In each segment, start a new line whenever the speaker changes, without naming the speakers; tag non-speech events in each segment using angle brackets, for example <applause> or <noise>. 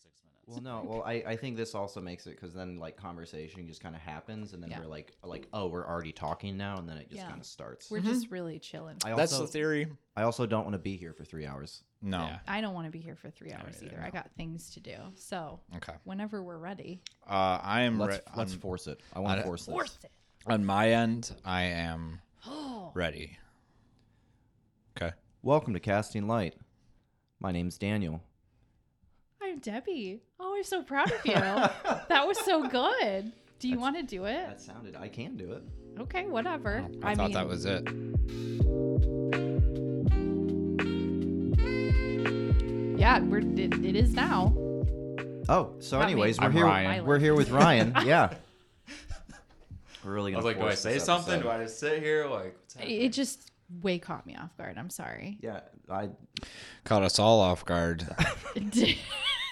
six minutes.
Well, no. Well, I, I think this also makes it because then like conversation just kind of happens, and then
Yeah.
we're like like oh we're already talking now, and then it just
Yeah.
kind of starts.
We're just really chilling.
Mm-hmm. I
That's
also
the theory.
I also don't want to be here for three hours.
No.
Yeah.
I don't want to be here for three
I
hours
don't
either.
know.
I got things to do. So
Okay.
whenever we're ready,
Uh, I am.
Let's
re-
let's
on,
force it. I want
I-
to force this.
it.
on my end, I am
Oh,
ready. Okay.
Welcome to Casting Light. My name's Daniel.
<gasps> I'm Debbie. Oh, I'm so
<laughs>
proud of you. that was so good. Do you want to do it?
That sounded. I can do it.
Okay, whatever.
I, thought that was it.
Yeah, we're, it, it is now.
Oh, so
Not me.
anyways, we're
I'm
here.
Ryan.
We're here with Ryan. Yeah. We're really
I
gonna.
was like, do I
force
say
this
something?
episode.
Do I just sit here? Like, what's
It,
happening?
it just way caught me off guard. I'm sorry.
Yeah, I.
Caught us all off guard.
<laughs> It did.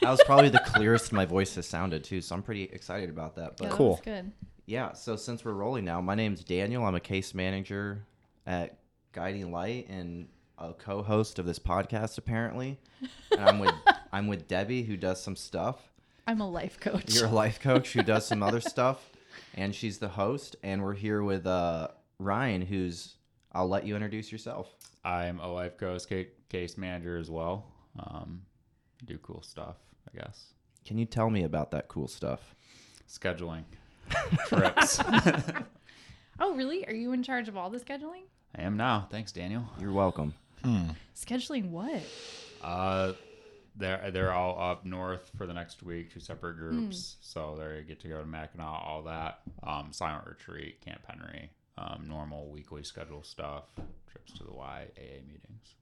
That was probably the clearest my voice has sounded too. So I'm pretty excited about that.
Yeah,
But
that
Cool.
was good.
Yeah, so since we're rolling now, my name's Daniel. I'm a case manager at Guiding Light and a co-host of this podcast apparently. And I'm with I'm with Debbie who does some stuff.
I'm a life coach.
You're a life coach who does some other stuff and she's the host and we're here with uh Ryan who's I'll let you introduce yourself.
I'm a life coach ca- case manager as well. Um, do cool stuff, I guess.
Can you tell me about that cool stuff?
Scheduling trips. I
<laughs> oh, really? Are you in charge of all the scheduling?
am now. Thanks, Daniel.
You're welcome.
Scheduling what?
Uh, they're they're all up north for the next week, two separate groups. So they get to go to Mackinac, all that. Um, silent retreat, Camp Henry, um, normal weekly schedule stuff, trips to the YAA meetings.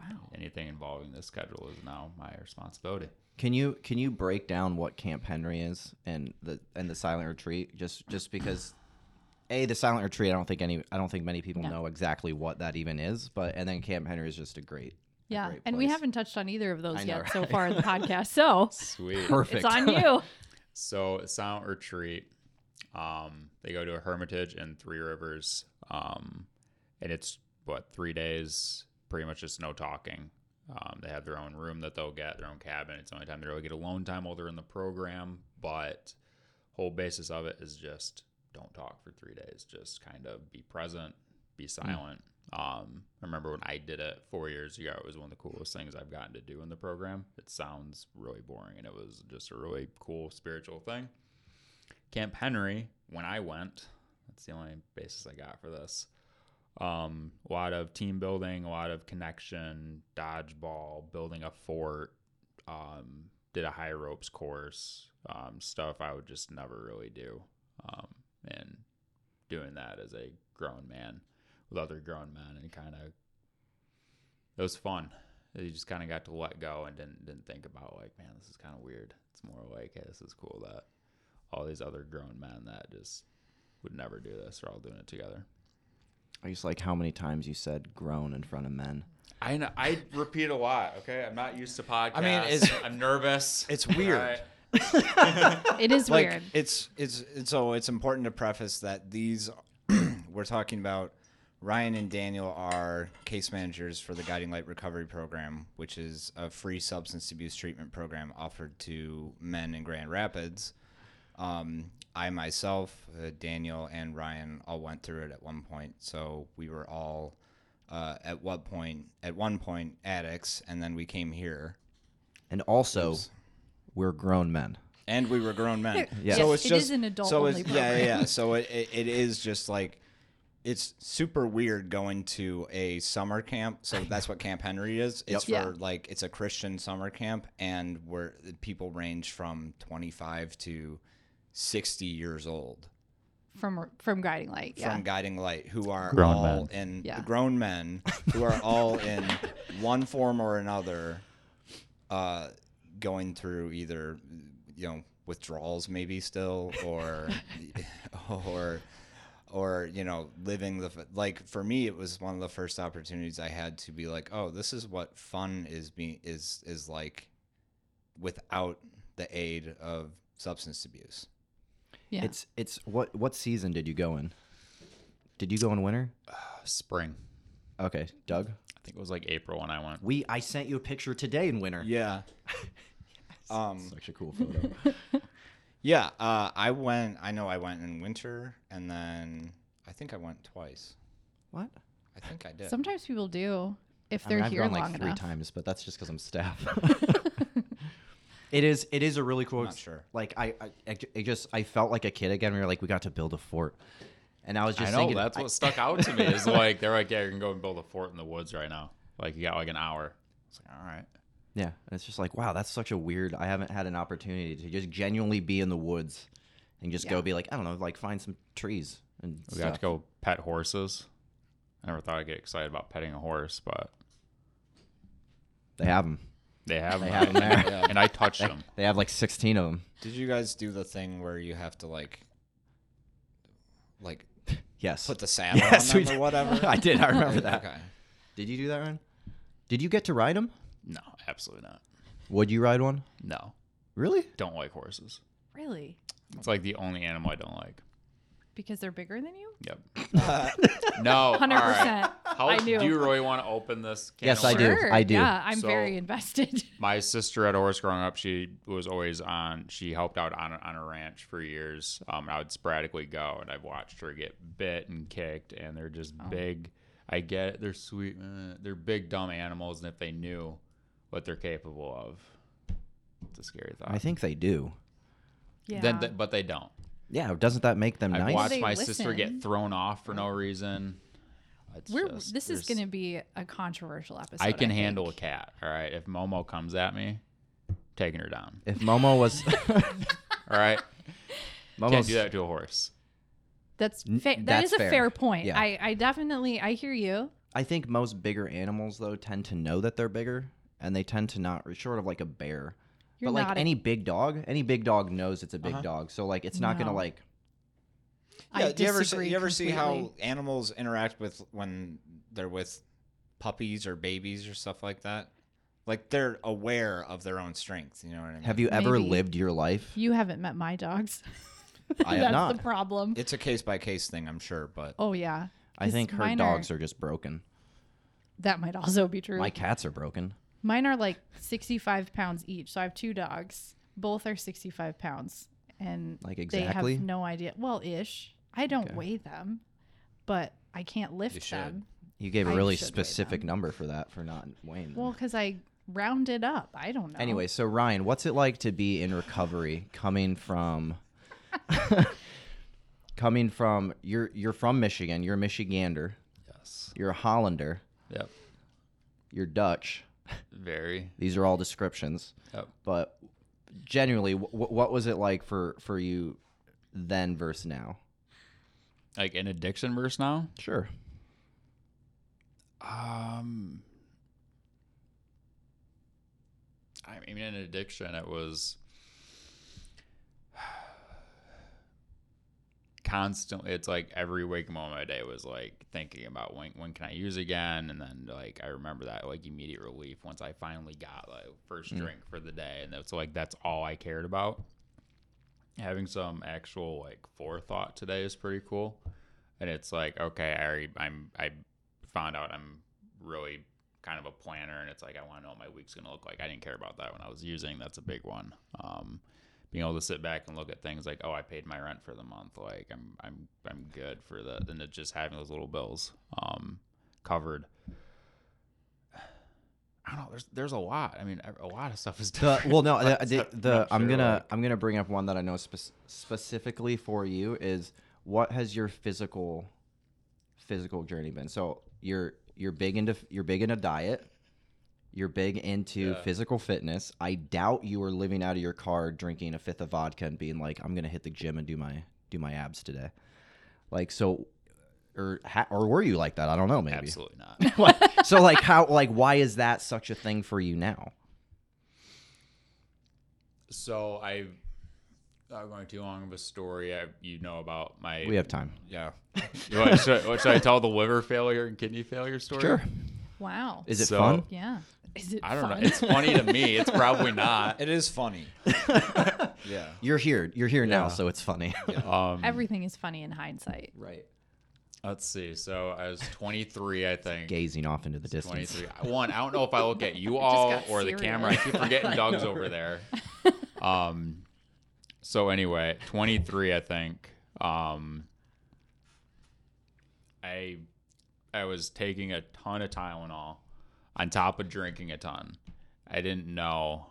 Wow.
Anything involving the schedule is now my responsibility.
Can you can you break down what Camp Henry is and the and the silent retreat just just because a the silent retreat I don't think any I don't think many people
No.
know exactly what that even is but and then Camp Henry is just a great a
Yeah,
great
and we
place.
haven't touched on either of those
I know,
yet so
right?
far
<laughs>
in the podcast. So
Sweet.
perfect
it's
<laughs>
on you.
So silent retreat. Um, they go to a hermitage in Three Rivers. Um, and it's what three days, pretty much just no talking. Um, they have their own room that they'll get, their own cabin. It's the only time they really get alone time while they're in the program. But whole basis of it is just don't talk for three days. Just kind of be present, be silent. Um, I remember when I did it four years ago, it was one of the coolest things I've gotten to do in the program. It sounds really boring, and it was just a really cool spiritual thing. Camp Henry, when I went, that's the only basis I got for this. Um, a lot of team building, a lot of connection, dodgeball, building a fort, um, did a high ropes course, um, stuff I would just never really do. Um, and doing that as a grown man with other grown men and kind of it was fun. You just kind of got to let go and didn't didn't think about like, man, this is kind of weird. It's more like, hey, this is cool that all these other grown men that just would never do this are all doing it together.
I just like how many times you said grown in front of men
I know, I repeat a lot. Okay, I'm not used to podcasts.
it's-
I'm nervous.
it's weird.
Alright.
It is
like
weird.
it's it's it's so it's important to preface that these <clears throat> we're talking about Ryan and Daniel are case managers for the Guiding Light Recovery Program, which is a free substance abuse treatment program offered to men in Grand Rapids. Um, I myself, uh, Daniel, and Ryan all went through it at one point, so we were all uh, at what point at one point addicts, and then we came here.
and also we're grown men.
and we were grown men.
Yes.
So
Yes,
it's
it
just
is an adult
so it's-
only
yeah, yeah,
program.
yeah. So it, it, it is just like it's super weird going to a summer camp. So that's what Camp Henry is. It's
Yep.
for
Yeah.
like it's a Christian summer camp, and where people range from twenty five to sixty years old
from from guiding light. Yeah.
from Guiding Light, who are
Grown
all
men.
in
Yeah.
grown men who are
<laughs>
all in one form or another, uh, going through either you know withdrawals maybe still
<laughs>
or or or you know living the f- like for me it was one of the first opportunities I had to be like oh this is what fun is being is is like without the aid of substance abuse.
yeah.
It's it's what what season did you go in? Did you go in winter?
Spring.
Okay, Doug.
I think it was like April when I went.
We I sent you a picture today in winter.
Yeah.
<laughs>
Um,
Such a cool photo.
yeah, uh, I went. I know I went in winter, and then I think I went twice.
what?
I think I did.
Sometimes people do if
I
they're
mean, I've
here
gone
long
like three
enough.
times, but that's just because I'm
<laughs>
staff. <laughs> it is. It is a really cool.
I'm not
ex-
sure.
Like I, I, I ju- it just I felt like a kid again. We were like, we got to build a fort, and I was just
I know
thinking
that's
I-
what stuck out to me is like they're like, yeah, you can go and build a fort in the woods right now. Like you got like an hour. It's like all right.
yeah, and it's just like, wow, that's such a weird. I haven't had an opportunity to just genuinely be in the woods, and just
Yeah.
go be like, I don't know, like find some trees and
We got to
stuff.
go pet horses. I never thought I'd get excited about petting a horse, but
They have them.
they
<laughs>
have
They
them,
have 'em there.
Yeah.
<laughs> and I
<laughs>
touched them.
They have like 16 of them.
Did you guys do the thing where you have to like, like
Yes.
put the saddle
Yes, we
on them
did.
or
<laughs>
whatever?
I
<laughs>
did. I remember that.
Okay.
Did you do that, Ryan? Did you get to ride them?
No, absolutely not.
Would you ride one?
No,
Really?
don't like horses.
Really?
It's like the only animal I don't like.
Because they're bigger than you?
Yep. no.
100%.
100%. How
I knew.
do you really want to open this? Can
Yes,
of
I do.
worms?
Sure.
I do.
Yeah, I'm
So-
very invested. <laughs>
my sister had a horse growing up. She was always on. She helped out on on a ranch for years. Um, I would sporadically go, and I've watched her get bit and kicked, and they're just
Oh.
big. I get it. They're sweet. uh, They're big dumb animals, and if they knew what they're capable of, it's a scary thought.
I think they do.
Yeah.
Then, th- but they don't.
Yeah, doesn't that make them
I've
nice?
watched
They
my sister
listen.
get thrown off for no reason. It's
We're,
just-
this is
there's-
going to be a controversial episode.
I can
think.
handle a cat. All right. If Momo comes at me, taking her down.
If Momo
<laughs>
was <laughs>
All right. Can't
Momo's
do that to a horse.
That's
N-
fa- that
that's
is a fair,
fair.
point.
Yeah.
I, I definitely I hear you.
I think most bigger animals though tend to know that they're bigger and they tend to not short of like a bear.
You're
but like
not a-
any big dog, any big dog knows it's a big
Uh-huh.
dog. So like it's not gonna
No.
like
Yeah,
I
do you ever see,
disagree
you ever see how
completely.
animals interact with when they're with puppies or babies or stuff like that? Like they're aware of their own strength. You know what I mean?
have you ever
Maybe.
lived your life?
you haven't met my dogs. <laughs>
I
That's
have not.
the problem.
It's a case by case thing, I'm sure, but
Oh yeah.
I
'Cause
think her
mine
dogs
are,
are just broken.
That might also be true.
My cats are broken.
Mine are like 65 pounds each. So I have two dogs. Both are 65 pounds. And
Like
they
exactly?
have no idea. Well, ish. I don't
Okay.
weigh them, but I can't lift
should.
them.
You gave
I
a really
should weigh
specific
them.
number for that for not weighing. them.
Well, because I round it up. I don't know.
Anyway, so Ryan, what's it like to be in recovery coming from coming from you're you're from Michigan, you're a Michigander,
Yes.
you're a Hollander,
Yep.
you're Dutch.
Very.
These are all descriptions,
Yep.
but generally wh- wh- what was it like for for you then versus now?
Like an addiction verse now.
Sure.
Um. I mean, in addiction, it was <sighs> constantly. It's like every waking moment of my day was like thinking about when when can I use again, and then like I remember that like immediate relief once I finally got like first drink for the day, and that's like that's all I cared about. Having some actual like forethought today is pretty cool, and it's like okay, I already, I'm I found out I'm really kind of a planner and it's like I want to know what my week's going to look like. I didn't care about that when I was using. That's a big one. Um, being able to sit back and look at things like, oh, I paid my rent for the month. Like I'm, I'm, I'm good for the, and it's just having those little bills, um, covered. <sighs> I don't know. There's, there's a lot. I mean, a lot of stuff is
The,
different.
well,
<laughs>
no, the,
That's
the,
not-
the
not
I'm
sure,
gonna
like-
I'm gonna bring up one that I know spec- specifically for you is what has your physical physical journey been? So you're you're big into you're big into diet, you're big into
Yeah.
physical fitness. I doubt you were living out of your car drinking a fifth of vodka and being like, I'm gonna hit the gym and do my do my abs today. Like so, or ha- or were you like that? I don't know. Maybe
absolutely not.
so like how like why is that such a thing for you now?
so I, without going too long of a story, I, you know about my,
We have time.
yeah.
<laughs>
<laughs>
what, should, what should I tell the liver failure and kidney failure story?
Wow.
Is it
So-
fun?
yeah. Is it
I don't
fun?
know. It's funny to me. It's probably
<laughs> Uh,
not.
It is funny. yeah.
You're here. You're here
Yeah.
now, so it's funny. <laughs>
Um,
<laughs> Everything is funny in hindsight.
right.
let's see. So I was 23, I think.
Gazing off into the distance.
<laughs>
23. One, I don't know if I look at you all
got
or the
serious. <laughs>
camera. I keep forgetting Doug's over there. Um, so anyway, 23, I think. Um, I I was taking a ton of Tylenol on top of drinking a ton. I didn't know.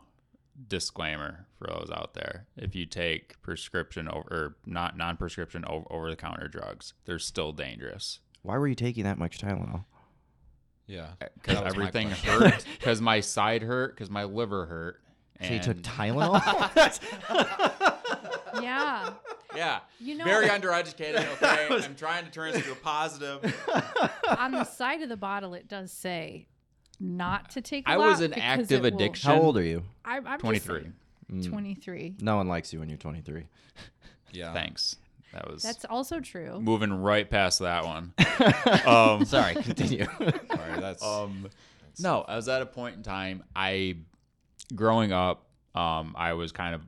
Disclaimer for those out there: if you take prescription over, or not non-prescription over the counter drugs, they're still dangerous.
Why were you taking that much Tylenol?
Yeah.
because
That was my
everything
question.
<laughs> hurt because my side hurt because my liver hurt
So you took
<laughs> and-
Tylenol?
yeah.
yeah
You know,
<laughs>
very undereducated okay i'm trying to turn this into a positive
on the side of the bottle, it does say not to take. I
I was in active addiction.
How old are you?
I, I'm just-
23
<laughs>
23.
No one likes you when you're 23.
Yeah.
thanks that was
That's also true.
moving right past that one um
Sorry,
<laughs>
continue.
Sorry, that's
um no i was at a point in time i growing up um i was kind of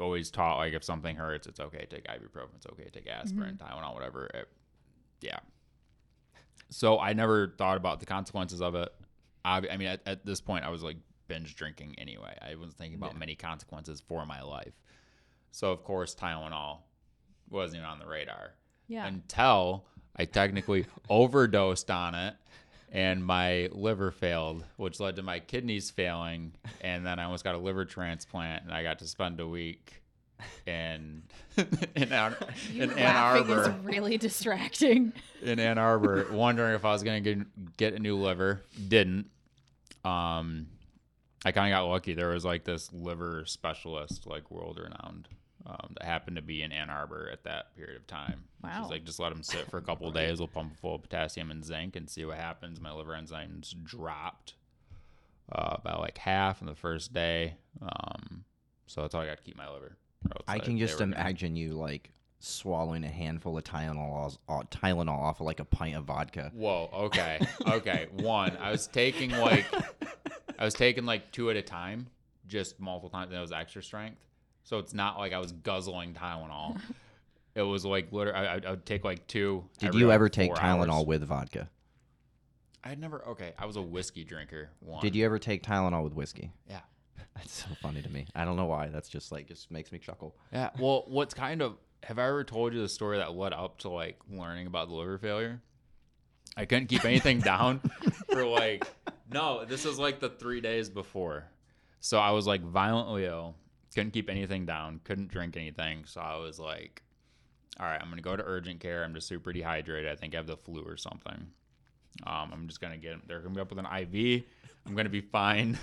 always taught like if something hurts it's okay to take ibuprofen it's okay to take aspirin tylenol whatever It- yeah so i never thought about the consequences of it i, I mean at, at this point i was like binge drinking anyway i wasn't thinking about many consequences for my life so of course tylenol wasn't even on the radar
Yeah.
until
<laughs>
I technically overdosed on it and my liver failed, which led to my kidneys failing. And then I almost got a liver transplant and I got to spend a week in <laughs> in, Ar-
You
in Ann
laughing is
Arbor
really
<laughs>
distracting.
in Ann Arbor <laughs> wondering if I was gonna get, get a new liver. Didn't. Um I kind of got lucky. There was like this liver specialist, like world renowned, um, that happened to be in Ann Arbor at that period of time. She's
Wow.
like, just let him sit for a couple of days. We'll pump full of potassium and zinc and see what happens. My liver enzymes dropped uh, by like half in the first day. Um, so that's all I got to keep my liver. or else
I can
they
just
were gonna-
imagine you like swallowing a handful of Tylenol, off- off- Tylenol off of like a pint of vodka.
Whoa. Okay. Okay. One. I was taking like, I was taking like two at a time, just multiple times, and it was extra strength. So it's not like I was guzzling Tylenol. It was like literally, I, I would take like two.
Did
every,
you
like,
ever take
four
Tylenol
hours.
with vodka?
I never. Okay, I was a whiskey drinker. One.
Did you ever take Tylenol with whiskey?
Yeah.
<laughs> That's so funny to me. I don't know why. That's just like just makes me chuckle.
Yeah. Well, what's kind of have I ever told you the story that led up to like learning about the liver failure? I couldn't
<laughs>
keep anything down for like no, this is like the three days before. So I was like violently ill, couldn't keep anything down, couldn't drink anything. So I was like, all right, I'm gonna go to urgent care. I'm just super dehydrated. I think I have the flu or something. Um, I'm just gonna get. They're gonna be up with an IV. I'm gonna be fine.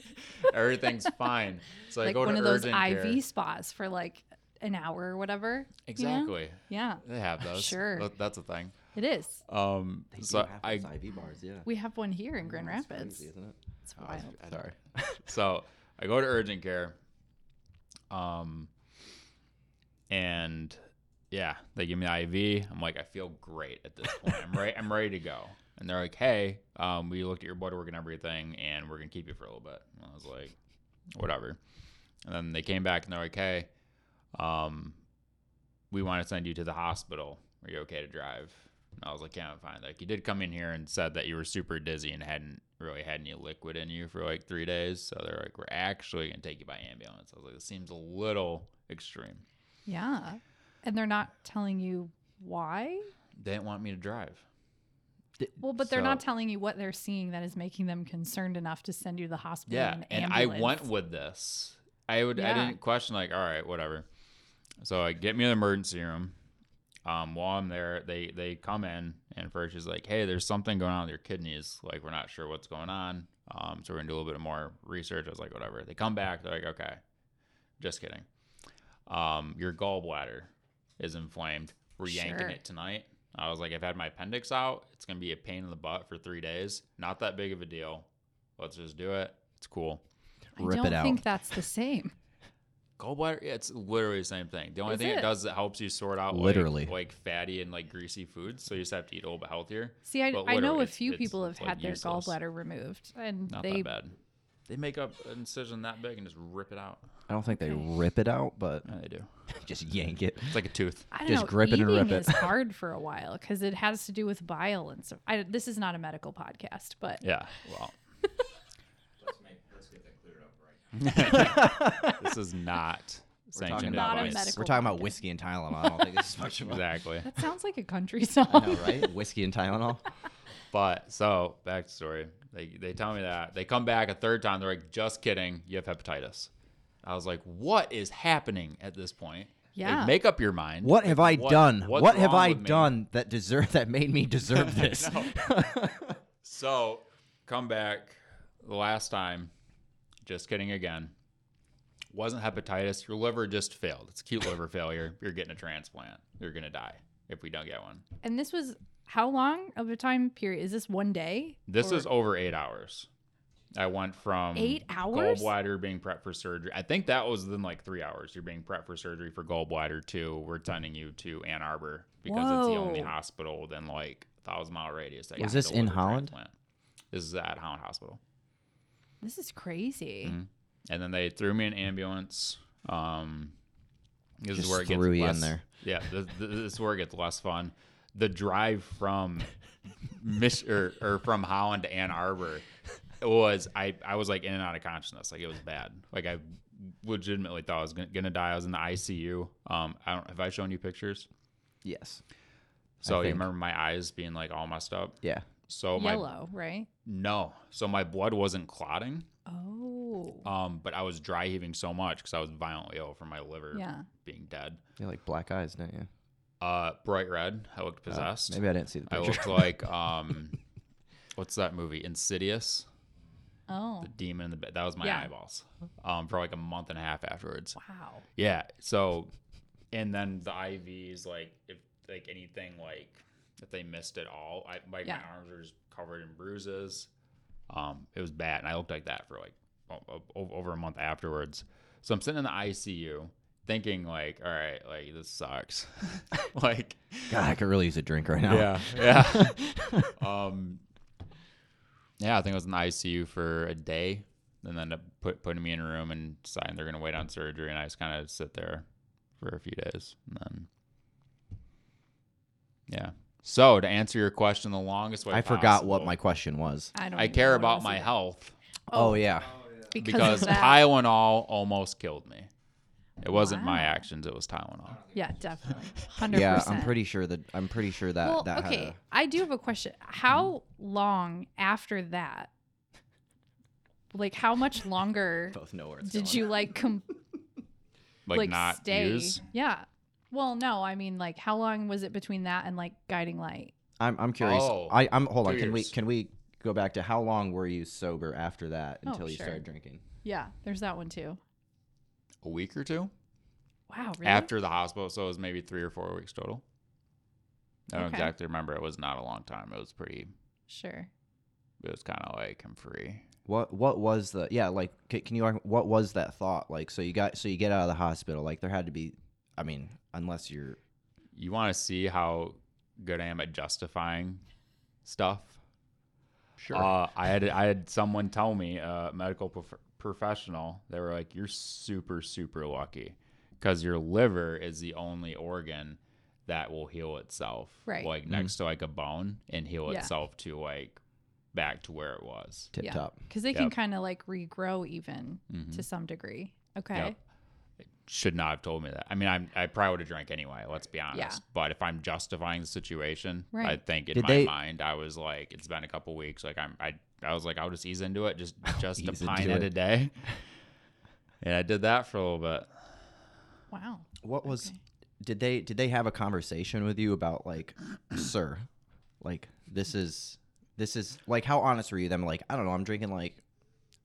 <laughs> Everything's fine. So I
like
go
one
to
of those
urgent
IV
care.
spas for like an hour or whatever. you know?
Exactly.
Yeah,
They have those.
Sure.
That- that's a thing.
it is.
Um, so I
IV bars, yeah.
We have one here in Grand Rapids.
isn't it?
It's wild.
Sorry.
so I go to urgent care. Um, and yeah, they give me the IV. I'm like, I feel great at this point. I'm right. I'm ready to go. And they're like, Hey, um, we looked at your blood work and everything, and we're gonna keep you for a little bit. And I was like, whatever. And then they came back and they're like, Hey, um, we want to send you to the hospital. Are you okay to drive? And I was like, yeah, I'm fine. Like, you did come in here and said that you were super dizzy and hadn't really had any liquid in you for like three days. So they're like, we're actually going to take you by ambulance. I was like, this seems a little extreme.
Yeah, and they're not telling you why.
They didn't want me to drive.
Well, but they're not
So-
telling you what they're seeing that is making them concerned enough to send you to the hospital.
Yeah,
in an
and I
ambulance.
went with this. I would. I
Yeah.
didn't question like, all right, whatever. So I get me in the emergency room. Um, while I'm there, they they come in and first she's like, hey, there's something going on with your kidneys. Like we're not sure what's going on. Um, so we're gonna do a little bit more research. I was like, whatever. They come back. They're like, okay, just kidding. Um, your gallbladder is inflamed. We're yanking
Sure.
it tonight. I was like, I've had my appendix out. It's gonna be a pain in the butt for three days. Not that big of a deal. Let's just do it. It's cool.
Rip
I don't
it out.
think that's the same.
Gallbladder, yeah, it's literally the same thing. The only
Is
thing it?
it?
does is it helps you sort out like-
Literally.
like, fatty and like greasy foods, so you just have to eat a little bit healthier.
See, I,
But
I know
literally,
a
it's-
few
it's-
people have
it's, like,
had their
useless.
gallbladder removed, and
Not
they
that bad. They make up an incision that big and just rip it out.
I don't think they rip it out, but
Yeah, they do.
just yank it.
It's like a tooth.
I don't
Just
know,
grip it and
eating
rip it.
is hard for a while because it has to do with bile and stuff. I, this is not a medical podcast, but
Yeah. Well. <laughs> this is
We're
not
talking,
sanctioned
Not
about
a
advice.
medical
We're talking about
podcast.
whiskey and Tylenol. I don't think this
<laughs>
is much of a
Exactly.
That sounds like a country <laughs> song.
I know, right? Whiskey and
<laughs>
Tylenol.
But so backstory, they they tell me that they come back a third time. They're like, "Just kidding, you have hepatitis." I was like, "What is happening at this point?" Like,
Yeah.
make up your mind.
What have I
Like, what-
done?
what's
What have
wrong
I
with me?
done that deserve that made me deserve
<laughs>
this?
So come back the last time. Just kidding again. Wasn't hepatitis. Your liver just failed. It's acute liver failure. You're getting a transplant. You're gonna die if we don't get one.
And this was how long of a time period? Is this one day?
This
Or-
is over eight hours. I went from
Eight hours?
gallbladder being prepped for surgery. I think that was within like three hours. You're being prepped for surgery for gallbladder two. We're sending you to Ann Arbor because it's the only
Whoa.
hospital within like a thousand mile radius. That
Was
can
this in
deliver
Holland?
transplant. This is at Holland Hospital.
This is crazy.
Mm-hmm.
Mhm. And then they threw me in ambulance. Um, this
Just
is where it gets
threw you in
less,
there.
Yeah, this, this is where it gets less fun. The drive
<laughs>
from Mich- or, or from Holland to Ann Arbor was I I was like in and out of consciousness. Like it was bad. Like I legitimately thought I was gonna, gonna die. I was in the ICU. Um, I don't have I shown you pictures.
yes.
So you
think.
remember my eyes being like all messed up.
Yeah.
So my
Yellow, right?
no, so my blood wasn't clotting.
Oh.
Uh,
Um, but I was dry heaving so much because I was violently ill from my liver
Yeah.
being dead.
You like black eyes, don't you?
Uh, bright red. I looked
Oh,
possessed.
maybe I didn't see the
I
picture.
looked like um, <laughs> what's that movie? Insidious.
Oh.
The demon in the bed. That was my
Yeah.
eyeballs. Um, for like a month and a half afterwards.
Wow.
Yeah. So, and then the IVs, like if like anything, like if they missed it all, I like
Yeah.
my arms were just covered in bruises. Um, it was bad, and I looked like that for like o- o- over a month afterwards. So I'm sitting in the ICU, thinking like, all right, like this sucks. <laughs> like,
God, I could really use a drink right now.
yeah, yeah. <laughs> um, yeah, I think I was in the ICU for a day, and then up put putting me in a room and deciding they're gonna wait on surgery, and I just kind of sit there for a few days, and then yeah. So to answer your question, the longest way
I forgot what
possible,
my question was.
I don't
I
even
care
know what it
about
was
my
either.
health
Oh, yeah.
because,
because
of that.
Tylenol almost killed me. It wasn't my
Wow.
actions; it was Tylenol.
<laughs>
Yeah, definitely. 100%.
Yeah, I'm pretty sure that I'm pretty sure that
Well,
that
okay.
had a, Mm-hmm.
I do have a question. How long after that? Like how
<laughs>
much longer
both know where
did you like com-
Like, not
stay?
use.
Yeah. Well, no, I mean like how long was it between that and like guiding light?
I'm I'm curious.
Oh,
I I'm hold on.
two
Can we
years.
can we go back to how long were you sober after that
Oh,
until you
sure.
started drinking?
Yeah, there's that one too.
A week or two.
Wow, really?
after the hospital, so it was maybe three or four weeks total. I don't
Okay.
exactly remember. It was not a long time. It was pretty.
sure.
It was kind of like I'm free.
What what was the yeah like can, can you what was that thought like so you got so you get out of the hospital like there had to be I mean unless you're
You want to see how good I am at justifying stuff?
sure
Uh, I had I had someone tell me, uh, a medical prof- professional, they were like, "You're super super lucky, because your liver is the only organ that will heal itself,
Right.
Like next to like a bone and heal
Yeah.
itself to like back to where it was."
tip
yeah.
top
Cuz they can
Yep.
kind of like regrow even
Mhm.
to some degree. Okay.
should not have told me that. I mean, I'm, I probably would have drank anyway. Let's be honest.
Yeah.
But if I'm justifying the situation, I
Right.
think in
Did
my
they-
mind, I was like, it's been a couple weeks. Like I'm, I, I was like, I'll just ease into
<laughs>
it, just just a
Ease
pint
into
at
it.
a day. <laughs> And I did that for a little bit.
Wow.
what was
Okay.
did they did they have a conversation with you about like sir like this is this is like how honest were you them like I don't know I'm drinking like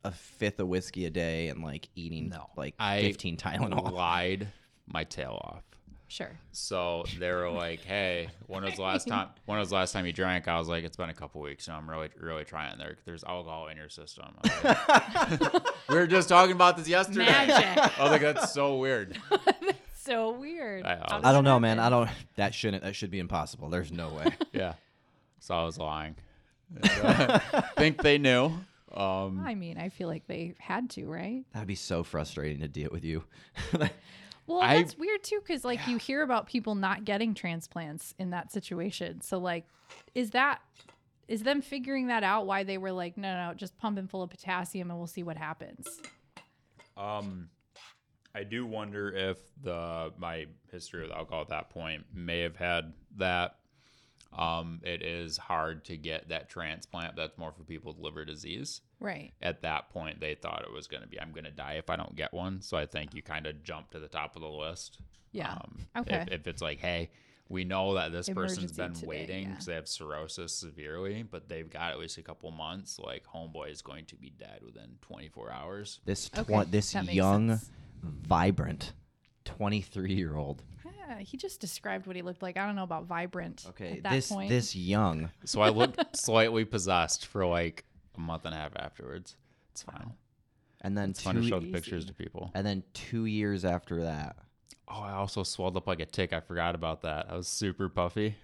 a fifth of whiskey a day and like eating like
I
15 Tylenol
Lied my tail off.
Sure.
So they were like, "Hey, when was
<laughs>
the last time? When was the last time you drank?" I was like, "It's been a couple weeks, and I'm really, really trying. There, there's alcohol in your system."
<laughs>
I was like, we were just talking about this yesterday.
Magic.
<laughs> I was Oh, like, "That's so weird."
so weird.
I-
How
<laughs>
does
I don't
that
know man I
happen?
don't that shouldn't that should be impossible there's no way
Yeah. So I was lying. <laughs> I think they knew. Um,
I mean, I feel like they had to, right?
that'd be so frustrating to deal with you <laughs>
Well,
I-
that's weird too, because like you hear about people not getting transplants in that situation. So like, is that is them figuring that out? Why they were like, no, no, no, just pump him full of potassium and we'll see what happens.
Um, I do wonder if the my history with alcohol at that point may have had that. Um, it is hard to get that transplant. That's more for people with liver disease.
Right.
At that point, they thought it was going to be, I'm going to die if I don't get one. So I think you kind of jump to the top of the list.
Yeah.
Um,
Okay.
If, if it's like, hey, we know that this person's
Emergency
been
today,
waiting
yeah.
because they have cirrhosis severely, but they've got at least a couple months. Like, homeboy is going to be dead within 24 hours.
This tw-
Okay,
this
that makes
young,
sense.
vibrant, twenty three year old.
Yeah, he just described what he looked like. I don't know about vibrant.
Okay,
at that
this
point.
this young.
So I
<laughs>
looked slightly possessed for like a month and a half afterwards. It's fine.
And then
It's fun to show
two,
the pictures to people.
and then two years after that,
Oh, I also swelled up like a tick. I forgot about that. I was super puffy.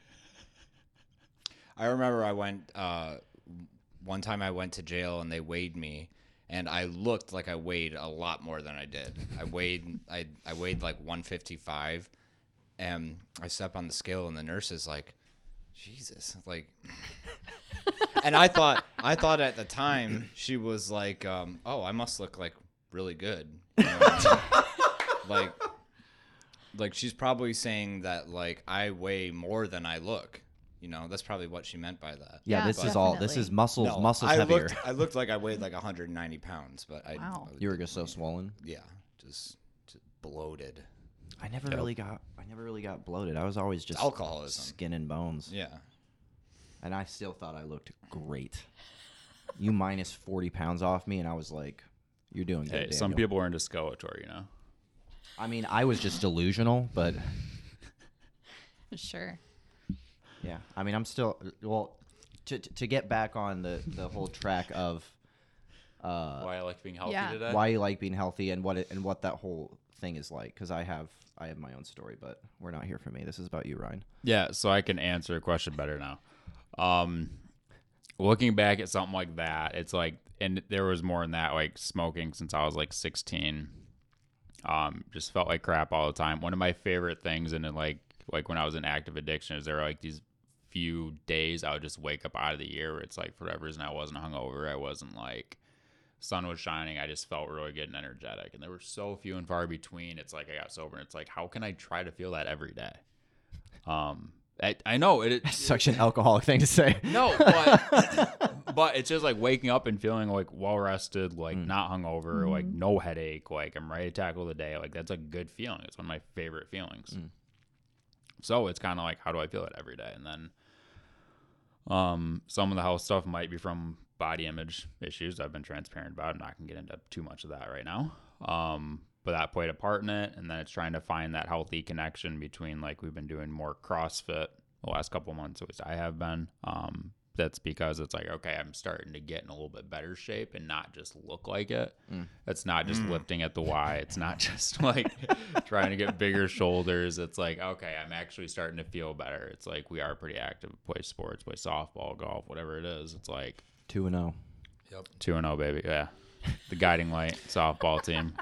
I remember I went uh, one time I went to jail and they weighed me and I looked like I weighed a lot more than I did. I weighed <laughs> I, I weighed like 155 and I step on the scale and the nurse is like Jesus like <laughs> and I thought I thought at the time she was like um, oh I must look like really good. You know what I mean? <laughs> like like she's probably saying that like I weigh more than I look. You know, that's probably what she meant by that.
yeah,
Yeah,
this is all. This
definitely.
is muscles,
No,
muscles
I
heavier.
Looked, I looked like I weighed like 190 pounds, but I
Wow.
I-
<laughs> you were just so swollen.
yeah, just, just bloated.
I never really got. I never really got bloated. I was always just
alcoholism.
skin and bones.
Yeah,
And I still thought I looked great. you minus forty pounds off me, and I was like, "You're doing good."
Hey, some
Daniel."
people are into Skeletor, you know.
I mean, I was just delusional, but
sure.
yeah. I mean, I'm still well. To to get back on the the whole track of uh,
Why I like being healthy
Yeah.
today.
why you like being healthy and what it and what that whole thing is like, because I have I have my own story, but we're not here for me. This is about you, Ryan.
Yeah, so I can answer a question better now. Um, looking back at something like that, it's like, and there was more than that, like smoking since I was like 16. Um, just felt like crap all the time. One of my favorite things, and then like, like when I was in active addiction, is there were like these few days I would just wake up out of the year where it's like for whatever reason I wasn't hungover, I wasn't like sun was shining, I just felt really good and energetic. And there were so few and far between. It's like I got sober, and it's like, how can I try to feel that every day? Um, I, I know it. it
Such an alcoholic thing to say. <laughs>
no, but but it's just like waking up and feeling like well rested, like not hungover, like no headache, like I'm ready to tackle the day. Like that's a good feeling. It's one of my favorite feelings. So it's kind of like how do I feel it every day? And then um some of the health stuff might be from body image issues I've been transparent about. I'm not gonna get into too much of that right now. Um but that played a part in it, and then it's trying to find that healthy connection between like we've been doing more CrossFit the last couple months, at least I have been. Um, that's because it's like okay, I'm starting to get in a little bit better shape and not just look like it. It's not just lifting at the Y. It's not <laughs> just like trying to get bigger shoulders. It's like okay, I'm actually starting to feel better. It's like we are pretty active, play sports, play softball, golf, whatever it is. It's like
Two and oh. zero.
two and zero, baby. Yeah, the guiding light softball <laughs> team.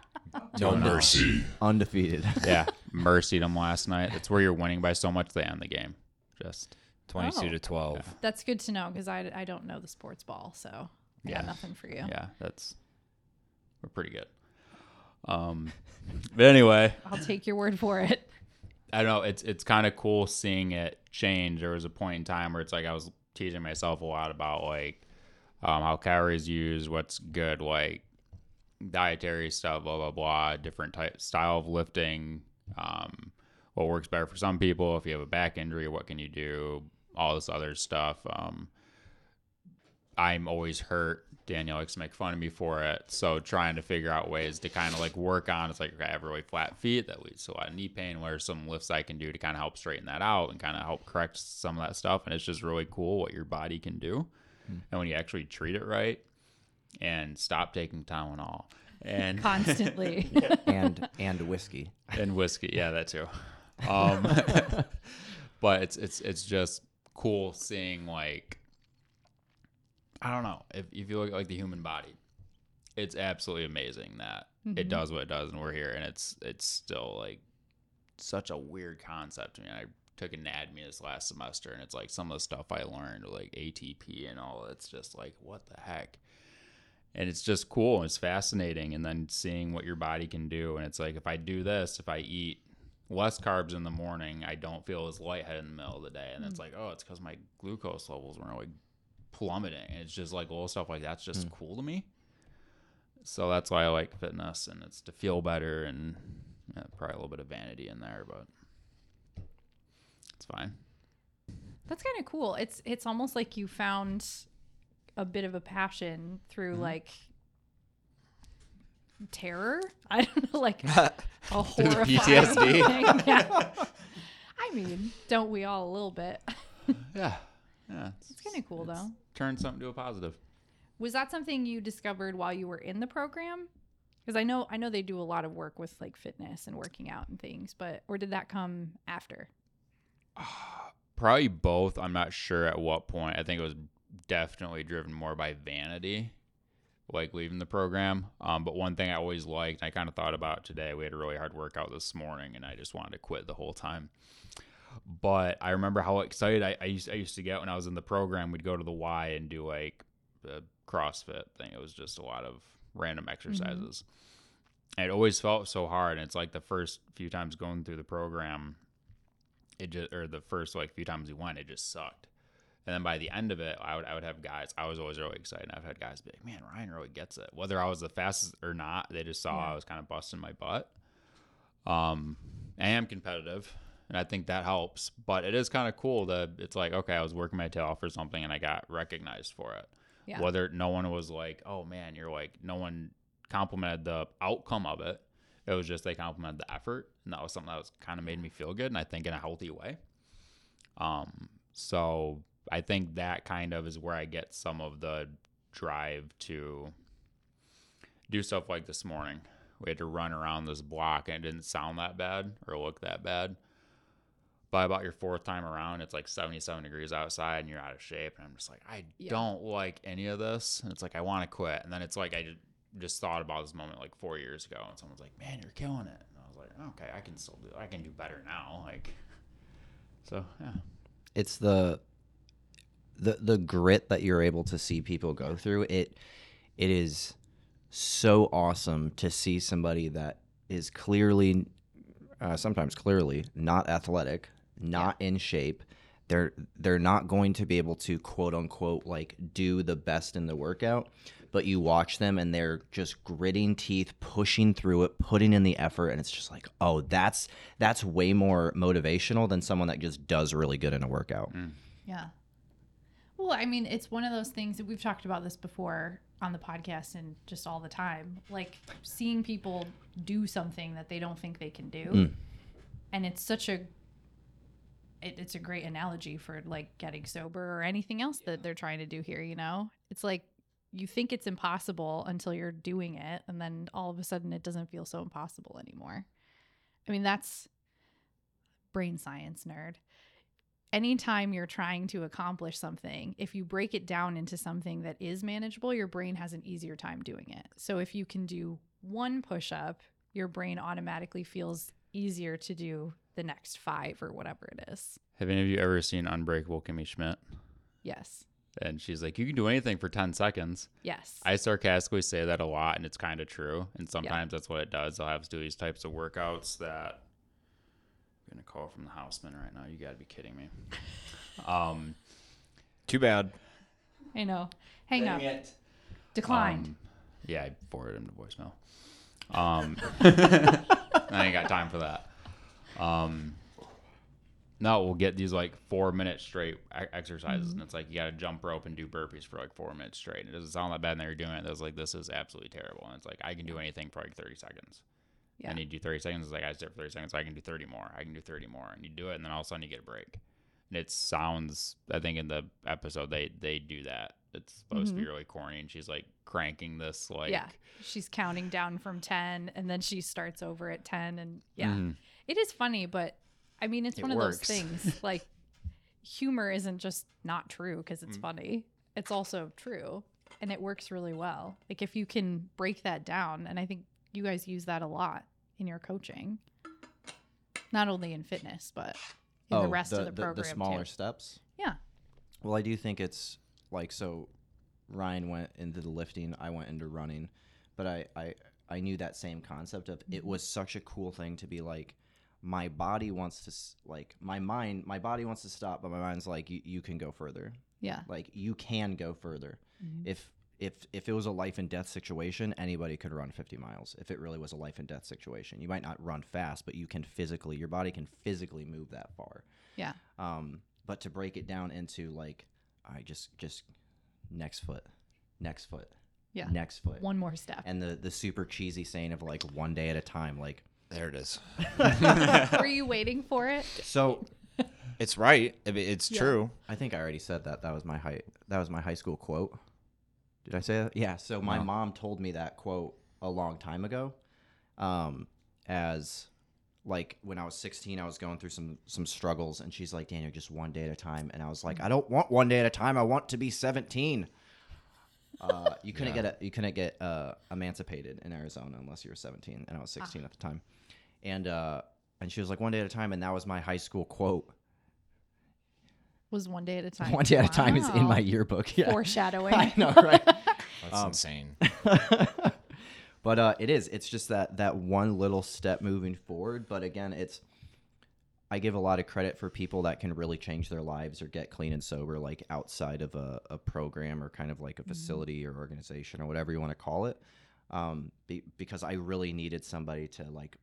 no mercy.
undefeated.
Yeah, mercied them last night. That's where you're winning by so much they end the game. Just
22
Oh.
to 12.
That's good to know because I, I don't know the sports ball, so I
Yeah.
got nothing for you.
yeah, that's we're pretty good. Um, <laughs> but anyway,
I'll take your word for it.
<laughs> I don't know. It's it's kind of cool seeing it change. There was a point in time where it's like I was teaching myself a lot about like um, how calories used, what's good, like dietary stuff, blah blah blah, different type style of lifting, um, what works better for some people. If you have a back injury, what can you do? All this other stuff. Um, I'm always hurt. Danielle likes to make fun of me for it. So trying to figure out ways to kind of like work on. It's like okay, I have really flat feet that leads to a lot of knee pain. What are some lifts I can do to kind of help straighten that out and kind of help correct some of that stuff? And it's just really cool what your body can do, and when you actually treat it right, and stop taking Tylenol
<laughs>
and <laughs>
Constantly.
and and whiskey.
and whiskey. Yeah, that too. Um, <laughs> but it's it's it's just cool seeing like I don't know if if you look at like the human body, it's absolutely amazing that it does what it does, and we're here, and it's it's still like such a weird concept. I mean, I took anatomy E this last semester, and it's like some of the stuff I learned, like ATP and all. It's just like what the heck. and it's just cool and it's fascinating and then seeing what your body can do and it's like if i do this if i eat less carbs in the morning i don't feel as lightheaded in the middle of the day and it's like oh it's because my glucose levels were like plummeting and it's just like little stuff like that's just cool to me so that's why i like fitness and it's to feel better and yeah, probably a little bit of vanity in there but it's fine
That's kind of cool. It's it's almost like you found a bit of a passion through like terror. <laughs> I don't know, like a horrifying
PTSD?
thing. Yeah. I mean, don't we all a little bit? <laughs>
yeah yeah it's,
It's kind of cool though.
turn something to a positive
Was that something you discovered while you were in the program? Because I know I know they do a lot of work with like fitness and working out and things, but or did that come after?
probably both. I'm not sure at what point. I think it was definitely driven more by vanity, like leaving the program. Um, but one thing I always liked, I kind of thought about today. We had a really hard workout this morning, and I just wanted to quit the whole time. But I remember how excited I, I used I used to get when I was in the program. We'd go to the Y and do like the CrossFit thing. It was just a lot of random exercises. And it always felt so hard. And it's like the first few times going through the program, it just or the first like few times we went, it just sucked. And then by the end of it, I would I would have guys. I was always really excited. I've had guys be like, "Man, Ryan really gets it." Whether I was the fastest or not, they just saw I was kind of busting my butt. Um, I am competitive, and I think that helps. But it is kind of cool that it's like, okay, I was working my tail off for something, and I got recognized for it.
Yeah.
Whether no one was like, "Oh man, you're like," no one complimented the outcome of it. It was just they complimented the effort, and that was something that was kind of made me feel good, and I think in a healthy way. Um, so I think that kind of is where I get some of the drive to do stuff like this morning. We had to run around this block, and it didn't sound that bad or look that bad. By about your fourth time around, it's like 77 degrees outside, and you're out of shape. And I'm just like, I
Yeah.
don't like any of this. And it's like I want to quit. And then it's like I just, just thought about this moment like four years ago, and someone's like, "Man, you're killing it." And I was like, "Okay, I can still do. I can do better now." Like, so yeah.
it's the the the grit that you're able to see people go through it it is so awesome to see somebody that is clearly uh, sometimes clearly not athletic not in shape they're they're not going to be able to quote unquote like do the best in the workout but you watch them and they're just gritting teeth pushing through it putting in the effort and it's just like oh that's that's way more motivational than someone that just does really good in a workout
Yeah. Well, I mean, it's one of those things that we've talked about this before on the podcast and just all the time. Like seeing people do something that they don't think they can do. And it's such a it, it's a great analogy for like getting sober or anything else that they're trying to do here, you know? It's like you think it's impossible until you're doing it and then all of a sudden it doesn't feel so impossible anymore. I mean, that's brain science nerd anytime you're trying to accomplish something, if you break it down into something that is manageable, your brain has an easier time doing it. So if you can do one push up, your brain automatically feels easier to do the next five or whatever it is.
Have any of you ever seen Unbreakable Kimmy Schmidt?
Yes.
And she's like, you can do anything for 10 seconds.
Yes.
I sarcastically say that a lot, and it's kind of true. And sometimes that's what it does. I'll have to do these types of workouts that I'm going to call from the houseman right now. You got to be kidding me. Um,
Too bad.
I know. Hang up. Declined.
um, yeah, I forwarded him to voicemail. Um, <laughs> I ain't got time for that. Um, no, we'll get these like four minute straight e- exercises,
Mm-hmm.
and it's like you got to jump rope and do burpees for like four minutes straight. And it doesn't sound that bad, and they're doing it. That's like this is absolutely terrible. And it's like I can do anything for like thirty seconds.
Yeah.
I need to do thirty seconds. It's like I just did it for thirty seconds. I can do thirty more. I can do thirty more, and you do it, and then all of a sudden you get a break. And it sounds, I think in the episode they they do that. It's supposed to be really corny, and she's like cranking this like
Mm-hmm. yeah. She's counting down from 10 and then she starts over at 10 and yeah.
Mm-hmm.
It is funny, but I mean, it's
It
one
<laughs>
of
works.
those things. Like, humor isn't just not true because
Mm.
it's funny, it's also true. And it works really well. Like, if you can break that down, and I think you guys use that a lot in your coaching, not only in fitness, but in
Oh,
the rest of the program.
the smaller
too.
steps
Yeah.
well i do think it's like so Ryan went into the lifting, I went into running, but I I I knew that same concept of
Mm-hmm.
it was such a cool thing to be like my body wants to s- like my mind my body wants to stop but my mind's like you, you can go further
Yeah.
like you can go further
Mm-hmm.
if if if it was a life and death situation anybody could run 50 miles if it really was a life and death situation you might not run fast but you can physically your body can physically move that far
Yeah.
um but to break it down into like i just just next foot next foot
Yeah.
next foot
One more
<laughs>
step.
and the the super cheesy saying of like one day at a time like
There it is.
Were you waiting for it?
so
It's right. I mean, It's
Yeah.
true.
I think I already said that. That was my high. That was my high school quote. Did I say that? Yeah. So my mom told me that quote a long time ago. Um, as like when I was 16, I was going through some some struggles, and she's like, "Daniel, just one day at a time." And I was like, "I don't want one day at a time. I want to be 17." Uh, you couldn't get a, you couldn't get uh, emancipated in Arizona unless you were 17, and I was 16 at the time. And uh, and she was like, "One day at a time," and that was my high school quote.
Was one day at a time.
One day at a time is in
Wow.
my yearbook. Yeah. <laughs>
foreshadowing.
I know, right? <laughs>
That's insane.
but uh, it is. It's just that that one little step moving forward. But again, it's I give a lot of credit for people that can really change their lives or get clean and sober, like outside of a, a program or kind of like a facility or organization or whatever you want to call it. Um, be, because I really needed somebody to like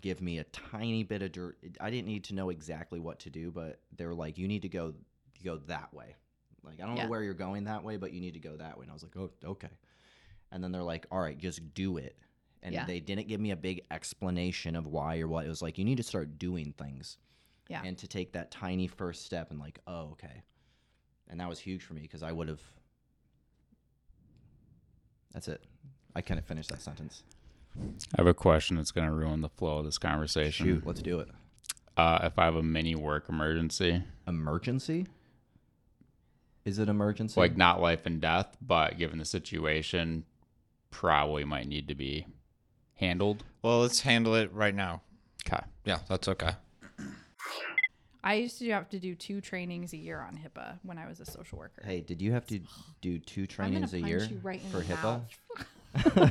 give me a tiny bit of dirt. I didn't need to know exactly what to do, but they were like, "You need to go, you go that way." Like I don't
Yeah.
know where you're going that way, but you need to go that way. And I was like, "Oh, okay." And then they're like, "All right, just do it." And
Yeah.
they didn't give me a big explanation of why or what. It was like, "You need to start doing things."
Yeah.
And to take that tiny first step and like, "Oh, okay." And that was huge for me because I would have. That's it. I couldn't finish that sentence.
I have a question that's going to ruin the flow of this conversation.
Shoot, let's do it.
Uh, if I have a mini work emergency,
emergency is it emergency
like not life and death, but given the situation, probably might need to be handled.
<laughs> Well, let's handle it right now.
Okay.
Yeah, that's okay.
I used to have to do two trainings a year on HIPAA when I was a social worker.
hey did you have
<sighs>
to do two
I'm gonna
trainings a
punch
year
you right in
for
the
hipaa
mouth.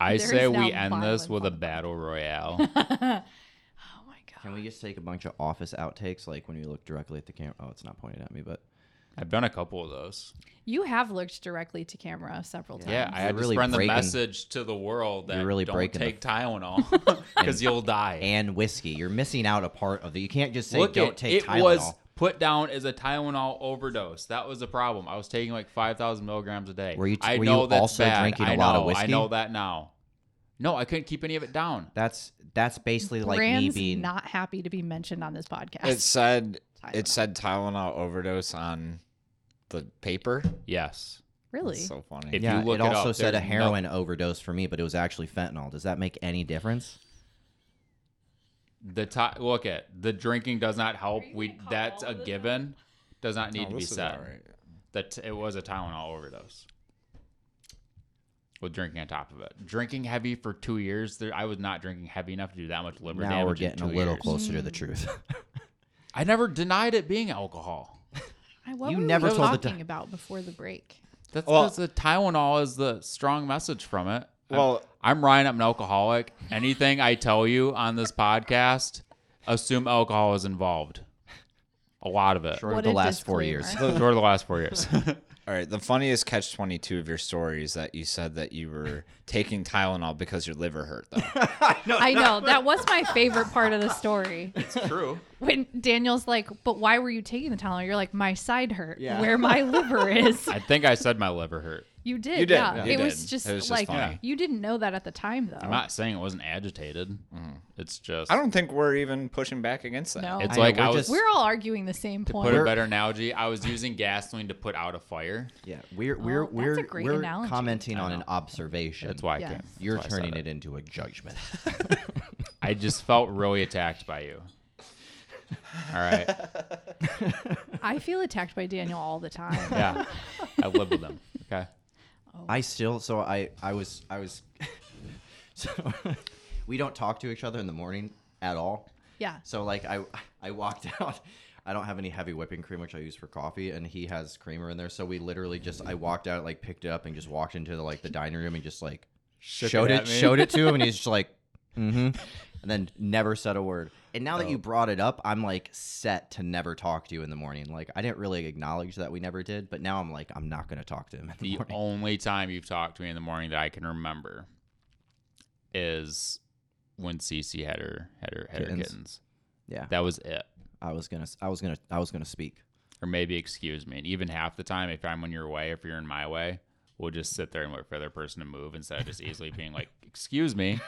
I
There
say
is
we
now
end this
violence
with
on
a
the
battle
<laughs>
royale.
Oh my god.
can we just take a bunch of office outtakes like when you look directly at the camera oh it's not pointed at me but
I've done a couple of those.
You have looked directly to camera several times.
Yeah, I had
You're
to
really
spread
breaking-
the message to the world that
You're really
don't
breaking the- <laughs>
<laughs>
take Tylenol because you'll die.
and whiskey you're missing out a part of the you can't just say
Look,
don't
it,
take
it
tylenol
was put down as a Tylenol overdose. That was the problem. I was taking like five thousand milligrams a day.
Were you-
I
were you
know that's
also
bad.
drinking
I
a lot of
know, I
whiskey?
know that now. No, I couldn't keep any of it down.
that's that's basically like
Brand's
me being
not happy to be mentioned on this podcast.
It said it
Tylenol.
said Tylenol overdose on the paper.
Yes.
really?
That's so funny.
If
yeah
you look
it also
up,
said a
there's no-
heroin overdose for me but it was actually fentanyl does that make any difference
The ti look at the drinking does not help.
Are you
We
gonna cut
that's
all
a
of this
given. Does not need
No,
to be
Oh, this is
said.
all right.
That it was a Tylenol overdose. With drinking on top of it, drinking heavy for two years, there, I was not drinking heavy enough to do that much liver
now
damage.
we're
in
getting a
two
little
years.
closer
Mm.
to the truth <laughs>
I never denied it being alcohol.
I, what
You
were
never
we
told the
talking
di-
about before the break.
That's
Well-
because the Tylenol is the strong message from it. I'm-
Well-
I'm, Ryan. I'm an alcoholic. Anything I tell you on this podcast, assume alcohol is involved. A lot of it.
short of
What
the
a
last four
disclaimer.
<laughs>
years
Short of the last four years.
All right. The funniest catch twenty two of your story is that you said that you were taking Tylenol because your liver hurt.
<laughs>
Though
I know that was my favorite part of the story.
It's true.
When Daniel's like, "But why were you taking the Tylenol?" You're like, "My side hurt,
Yeah.
where my liver is."
I think I said my liver hurt.
You did,
You did,
yeah.
yeah.
It
You
was
did.
just
It was just
like
funny.
you didn't know that at the time, though.
I'm not saying it wasn't agitated. It's just
I don't think we're even pushing back against that.
no,
It's
I know,
like
we're
I was
just-
we're all arguing the same
to
point.
put a better analogy. I was using gasoline to put out a fire.
Yeah, we're we're
Oh, that's
we're
a great
we're
analogy.
commenting on an observation.
That's why I
Yes.
can't.
you're
that's why I said
turning it into a judgment. <laughs>
I just felt really attacked by you. All right.
I feel attacked by Daniel all the time.
Yeah. I lived with them. Okay.
I still so I I was I was <laughs> so <laughs> we don't talk to each other in the morning at all.
yeah.
So like I I walked <laughs> out I don't have any heavy whipping cream, which I use for coffee, and he has creamer in there. So we literally just I walked out, like picked it up, and just walked into the, like the dining room and just like
Shook
showed
it
it,
at me.
showed it to him, and
<laughs>
he's just like, mm-hmm, <laughs> and then never said a word. And
Oh.
now that you brought it up, I'm like set to never talk to you in the morning. Like I didn't really acknowledge that we never did, but now I'm like I'm not gonna talk to him in the,
The
morning.
only time you've talked to me in the morning that I can remember is when Cece had her had her had her
Kittens.
kittens.
Yeah,
That was it.
I was gonna, I was gonna, I was gonna speak.
Or maybe excuse me. And even half the time, if I'm on your way, if you're in my way, we'll just sit there and wait for the other person to move instead of just easily being like, <laughs> "Excuse me."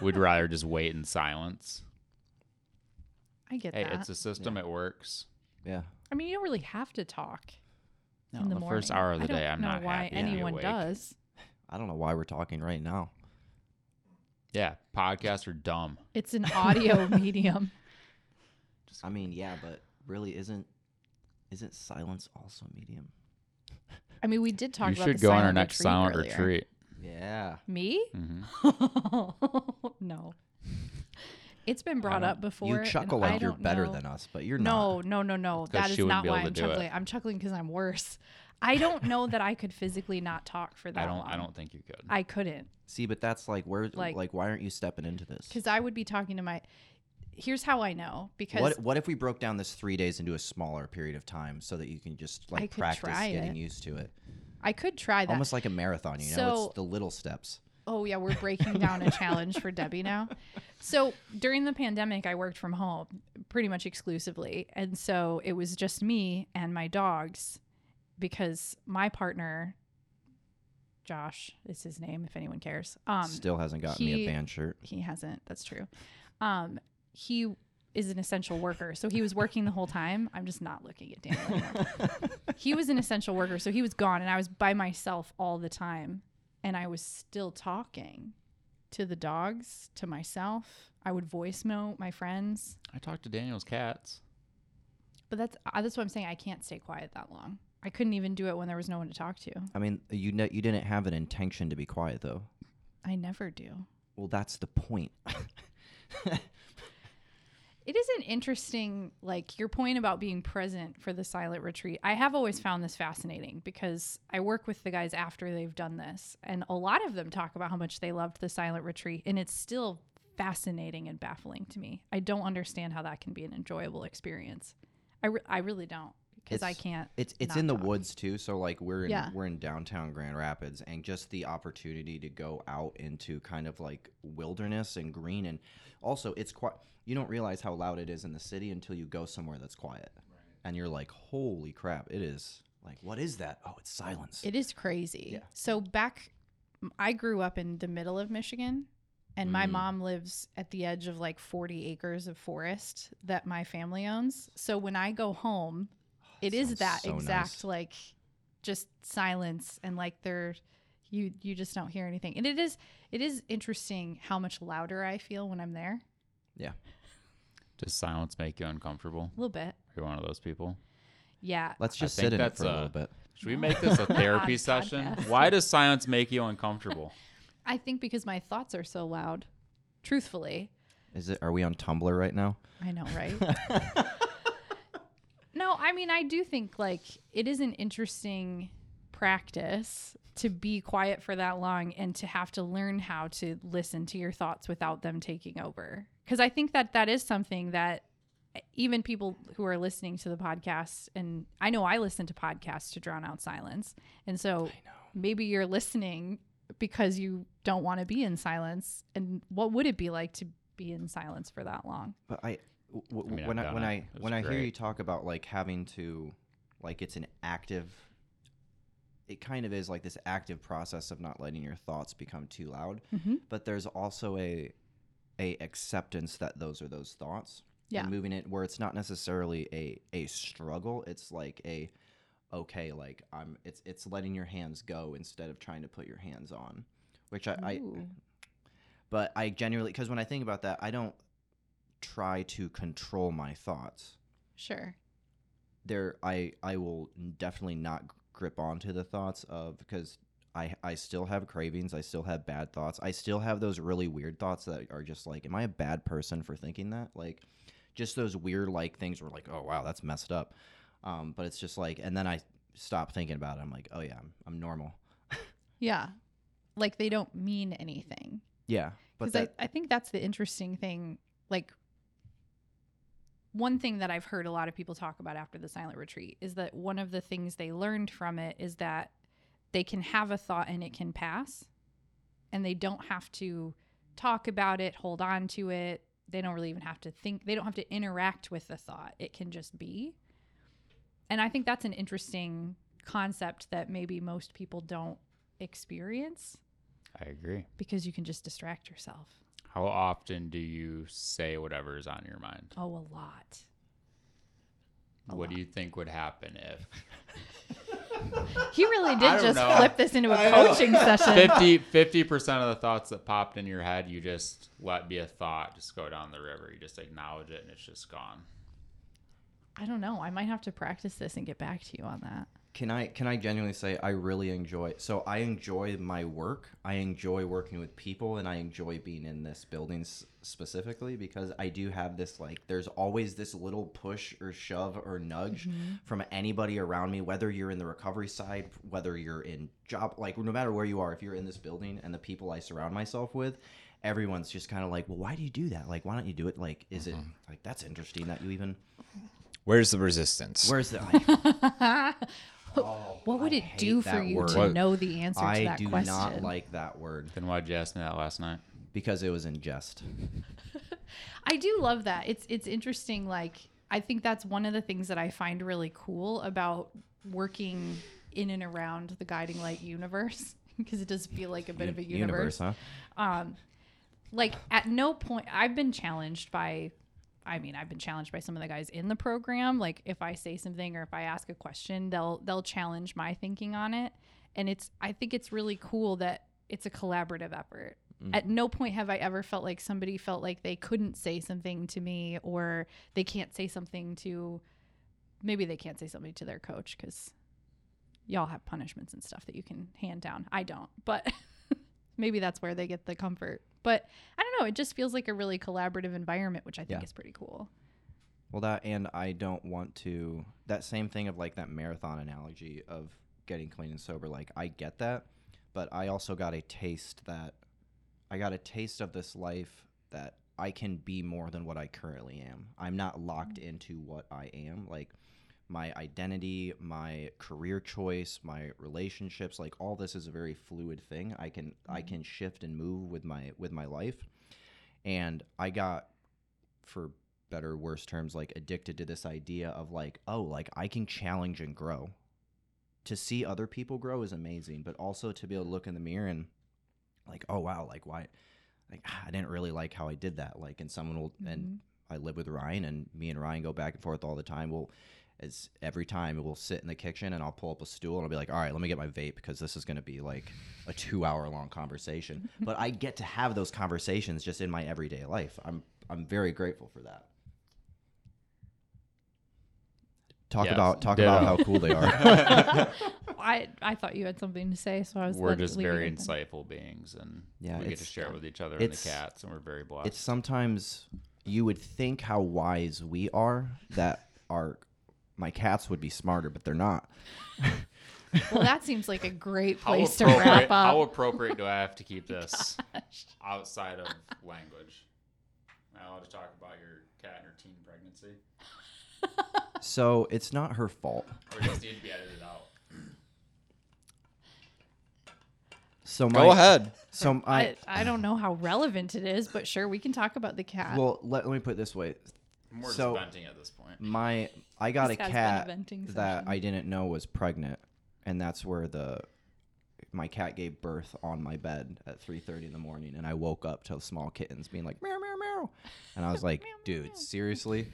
We'd rather just wait in silence.
I get
Hey,
that.
it's a system. It works.
Yeah,
I mean, you don't really have to talk
No,
in the,
Oh, the
morning.
first hour of the
I don't
day, I'm
know
not
why
happy to be
anyone
awake.
does.
I don't know why we're talking right now.
Yeah, podcasts are dumb.
It's
<laughs>
an audio medium.
I mean, yeah, but really, isn't isn't silence also medium?
I mean, we did talk
you
about
should
the
go on
silent
our next
retreat
silent
earlier.
retreat.
Yeah.
Me?
Mhm.
<laughs> no. It's been brought
Mm-hmm. don't-
up before.
you
and
chuckle
I
like you're
don't
better
know.
than us, but you're
No,
not.
no, no, no.
'cause
That is
she wouldn't
not
be able
why
to
I'm
do it.
chuckling. I'm chuckling because I'm worse. I don't know that I could physically not talk for that
<laughs> I don't. I
long.
don't think you could.
I couldn't.
See, but that's like where like,
Like-
why aren't you stepping into this?
Because I would be talking to my. Here's how I know. Because
What what if we broke down this three days into a smaller period of time so that you can just like
could
practice
try
getting
it.
used to it?
I could try that.
Almost like a marathon, you know?
So-
it's the little steps.
Oh yeah, we're breaking down a challenge for Debbie now. So during the pandemic, I worked from home pretty much exclusively, and so it was just me and my dogs because my partner, Josh, is his name if anyone cares. Um,
Still hasn't gotten me
he-
a band shirt.
he hasn't. That's true. Um, he is an essential worker, so he was working the whole time. I'm just not looking at Daniel anymore. <laughs> he was an essential worker, so he was gone, and I was by myself all the time, and I was still talking to the dogs, to myself. I would voice note my friends,
I talked to Daniel's cats.
but that's uh, that's what I'm saying. I can't stay quiet that long. I couldn't even do it when there was no one to talk to.
I mean, you know, you didn't have an intention to be quiet though.
I never do.
Well, that's the point.
It is an interesting, like your point about being present for the silent retreat. I have always found this fascinating because I work with the guys after they've done this, and a lot of them talk about how much they loved the silent retreat, and it's still fascinating and baffling to me. I don't understand how that can be an enjoyable experience. I, re- I really don't because I
It's-
can't.
It's it's
not
in the
talk.
woods too, so like we're in
Yeah.
we're in downtown Grand Rapids, and just the opportunity to go out into kind of like wilderness and green, and also it's quite. You don't realize how loud it is in the city until you go somewhere that's quiet, and you're like, "Holy crap! It is like, what is that? Oh, it's silence."
It is crazy.
Yeah.
So back, I grew up in the middle of Michigan, and my
Mm.
mom lives at the edge of like 40 acres of forest that my family owns. So when I go home, it is
Oh, sounds
that
so nice.
exact like just silence and like there you you just don't hear anything. And it is it is interesting how much louder I feel when I'm there.
yeah,
Does silence make you uncomfortable?
A little bit.
Are you one of those people?
Yeah.
let's just
think
sit in it
that's
for a,
a-
little bit.
Should we
<laughs>
make this a therapy
Odd
session?
podcast.
Why does silence make you
<laughs>
uncomfortable?
I think because my thoughts are so loud. Truthfully,
Is it? Are we on Tumblr right now?
I know, right? no, I mean, I do think like it is an interesting practice to be quiet for that long and to have to learn how to listen to your thoughts without them taking over. Because I think that that is something that even people who are listening to the podcast, and I know I listen to podcasts to drown out silence. And so maybe you're listening because you don't want to be in silence. And what would it be like to be in silence for that long?
But I, w- w-
I mean, I've
when I,
done
when
it.
I
It was
when I hear
great.
you talk about like having to, like it's an active. It kind of is like this active process of not letting your thoughts become too loud,
Mhm.
but there's also a, a acceptance that those are those thoughts.
Yeah.
And moving it where it's not necessarily a a struggle. It's like a, okay, like I'm. It's it's letting your hands go instead of trying to put your hands on, which I, I
Ooh.
but I genuinely because when I think about that, I don't try to control my thoughts.
Sure.
There, I I will definitely not grip onto the thoughts of because I I still have cravings. I still have bad thoughts. I still have those really weird thoughts that are just like, am I a bad person for thinking that? Like, just those weird like things were like, oh wow, that's messed up. Um, but it's just like, and then I stop thinking about it. I'm like, oh yeah, I'm, I'm normal.
Yeah. Like they don't mean anything.
Yeah, but
Because
that,
I, I think that's the interesting thing. Like, one thing that I've heard a lot of people talk about after the silent retreat is that one of the things they learned from it is that they can have a thought and it can pass, and they don't have to talk about it, hold on to it. They don't really even have to think, they don't have to interact with the thought. It can just be. And I think that's an interesting concept that maybe most people don't experience
I agree.
because you can just distract yourself.
How often do you say whatever is on your mind?
Oh, a lot.
what do you think would happen
<laughs>
if
He really
I
did
don't
just
know.
flip this <laughs> into a
I know.
coaching session.
50 percent of the thoughts that popped in your head, you just let be a thought, just go down the river, you just acknowledge it, and it's just gone.
I don't know. I might have to practice this and get back to you on that.
can I can I genuinely say I really enjoy? So I enjoy my work. I enjoy working with people, and I enjoy being in this building s- specifically because I do have this like. There's always this little push or shove or nudge
Mm-hmm.
from anybody around me, whether you're in the recovery side, whether you're in job, like no matter where you are, if you're in this building and the people I surround myself with. Everyone's just kind of like, well, why do you do that? Like, why don't you do it? Like, is it like that's interesting that you even?
Where's the resistance?
Where's <laughs> the? Oh,
What would
I
it
hate
do for
that
you
word.
to know the answer to
I
that
do
question?
not like that word
Then why'd you ask me that last night?
because it was in jest.
I do love that. It's it's interesting. Like I think that's one of the things that I find really cool about working in and around the guiding light universe <laughs> because it does feel like a bit of a universe.
huh?
Um, like at no point I've been challenged by I mean, I've been challenged by some of the guys in the program. Like if I say something or if I ask a question, they'll they'll challenge my thinking on it. And it's I think it's really cool that it's a collaborative effort. At no point have I ever felt like somebody felt like they couldn't say something to me or they can't say something to maybe they can't say something to their coach cuz y'all have punishments and stuff that you can hand down. I don't. But <laughs> maybe that's where they get the comfort. But I don't know. It just feels like a really collaborative environment, which I think
Yeah.
is pretty cool.
Well, that and I don't want to. That same thing of like that marathon analogy of getting clean and sober. Like I get that, but I also got a taste that I got a taste of this life that I can be more than what I currently am. I'm not locked into what I am. Like my identity, my career choice, my relationships, like all this is a very fluid thing. I can I can shift and move with my with my life. And I got for better worse terms like addicted to this idea of like, oh, like I can challenge and grow. To see other people grow is amazing, but also to be able to look in the mirror and like oh wow like why like ah, i didn't really like how i did that like and someone will and i live with ryan and me and ryan go back and forth all the time we'll it's every time we'll sit in the kitchen and i'll pull up a stool and i'll be like all right let me get my vape because this is going to be like a two hour long conversation but i get to have those conversations just in my everyday life i'm i'm very grateful for that talk
Yes,
about talk
ditto.
about how cool
<laughs>
they are
I I thought you had something to say, so I was.
We're
let-
just
leaving
very
it then.
insightful beings, and
Yeah,
we get to
it's- uh,
share with each other and the
it's-
cats, and we're very blessed.
it's sometimes you would think how wise we are that our my cats would be smarter, but they're not.
Well, that seems like
<laughs>
a great
how
place to
appropriate-
wrap
How
up. Oh
appropriate do I have
<laughs>
to keep this outside of language? Am I allowed to talk about your cat and her teen pregnancy?
So it's not her fault.
Or just need to be edited out?
So my
Go ahead.
so
I,
I
I don't know how relevant it is, but sure, we can talk about the cat.
well let, let me put it this way.
I'm more
So-
just venting at this point.
My I got
This
a
has been a
cat
venting
that
session.
I didn't know was pregnant, and that's where the my cat gave birth on my bed at 3:30 in the morning, and I woke up to small kittens being like meow meow meow, and
<laughs>
I was like, dude, seriously.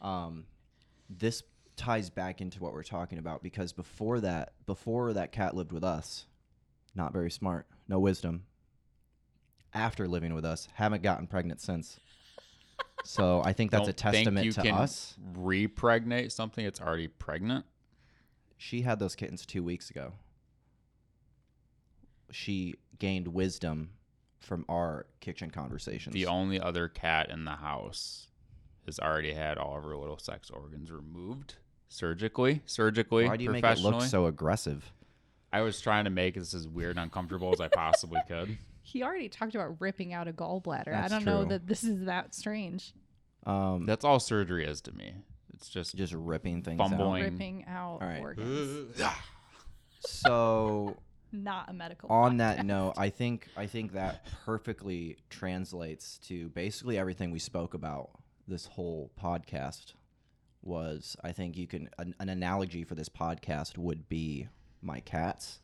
Um, this ties back into what we're talking about because before that, before that cat lived with us, not very smart, no wisdom. After living with us, haven't gotten pregnant since. So I think that's a
Don't think
testament
you
to
can
us.
Repregnate something that's already pregnant.
She had those kittens two weeks ago. She gained wisdom from our kitchen conversations.
The only other cat in the house has already had all of her little sex organs removed surgically, surgically,
Why do you make it
professionally.
look so aggressive?
I was trying to make this as weird and uncomfortable as I possibly
<laughs>
could.
He already talked about ripping out a gallbladder. I
That's
don't know
true.
that this is that strange.
Um,
That's all surgery is to me. It's just
just ripping things out.
Fumbling. Boing.
Ripping out
All right.
organs.
So
Not a medical.
on that note, I think I think that perfectly translates to basically everything we spoke about this whole podcast was I think you can an, an analogy for this podcast would be my cats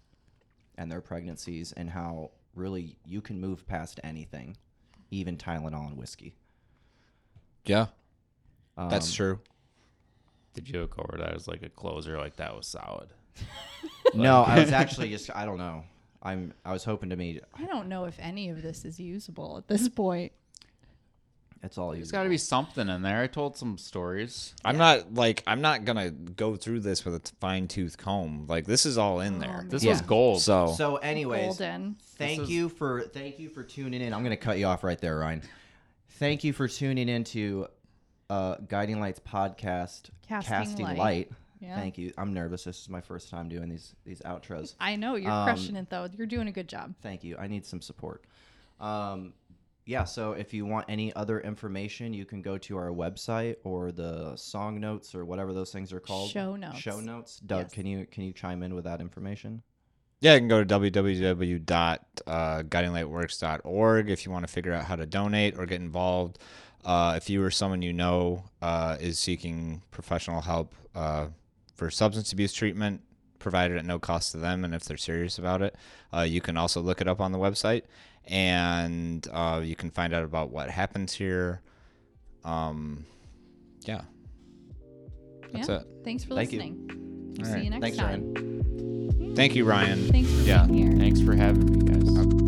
and their pregnancies and how really you can move past anything, even Tylenol and whiskey.
Yeah,
Um,
that's true.
the joke over that is like a closer, like that was solid.
No, I was actually just I don't know. I'm I was hoping to meet
I don't know if any of this is usable at this point.
that's all you
There's got to be something in there. I told some stories.
I'm not like I'm not gonna go through this with a fine tooth comb. Like this is all in there.
This
Yeah.
was gold.
So
So anyways,
Golden.
Thank
is-
you for thank you for tuning in. I'm gonna cut you off right there, Ryan. Thank you for tuning in to uh, Guiding Lights podcast,
Casting Light. Yeah.
Thank you. I'm nervous. This is my first time doing these these outros.
I know you're
Um,
crushing it though. You're doing a good job.
Thank you. I need some support. Um, yeah. So if you want any other information, you can go to our website or the song notes or whatever those things are called.
Show notes.
Show notes. Doug,
Yes.
can you can you chime in with that information?
Yeah, you can go to www.guidinglightworks.org if you want to figure out how to donate or get involved. Uh, if you or someone you know uh, is seeking professional help uh, for substance abuse treatment, provided at no cost to them, and if they're serious about it, uh, you can also look it up on the website and uh, you can find out about what happens here. Um, yeah, that's
yeah.
it.
Thanks for
Thank you.
listening. We'll
All
see
right.
you next
Thanks,
time.
Ryan.
Thank you, Ryan.
Thanks for
Yeah.
being here.
Thanks for having me, guys.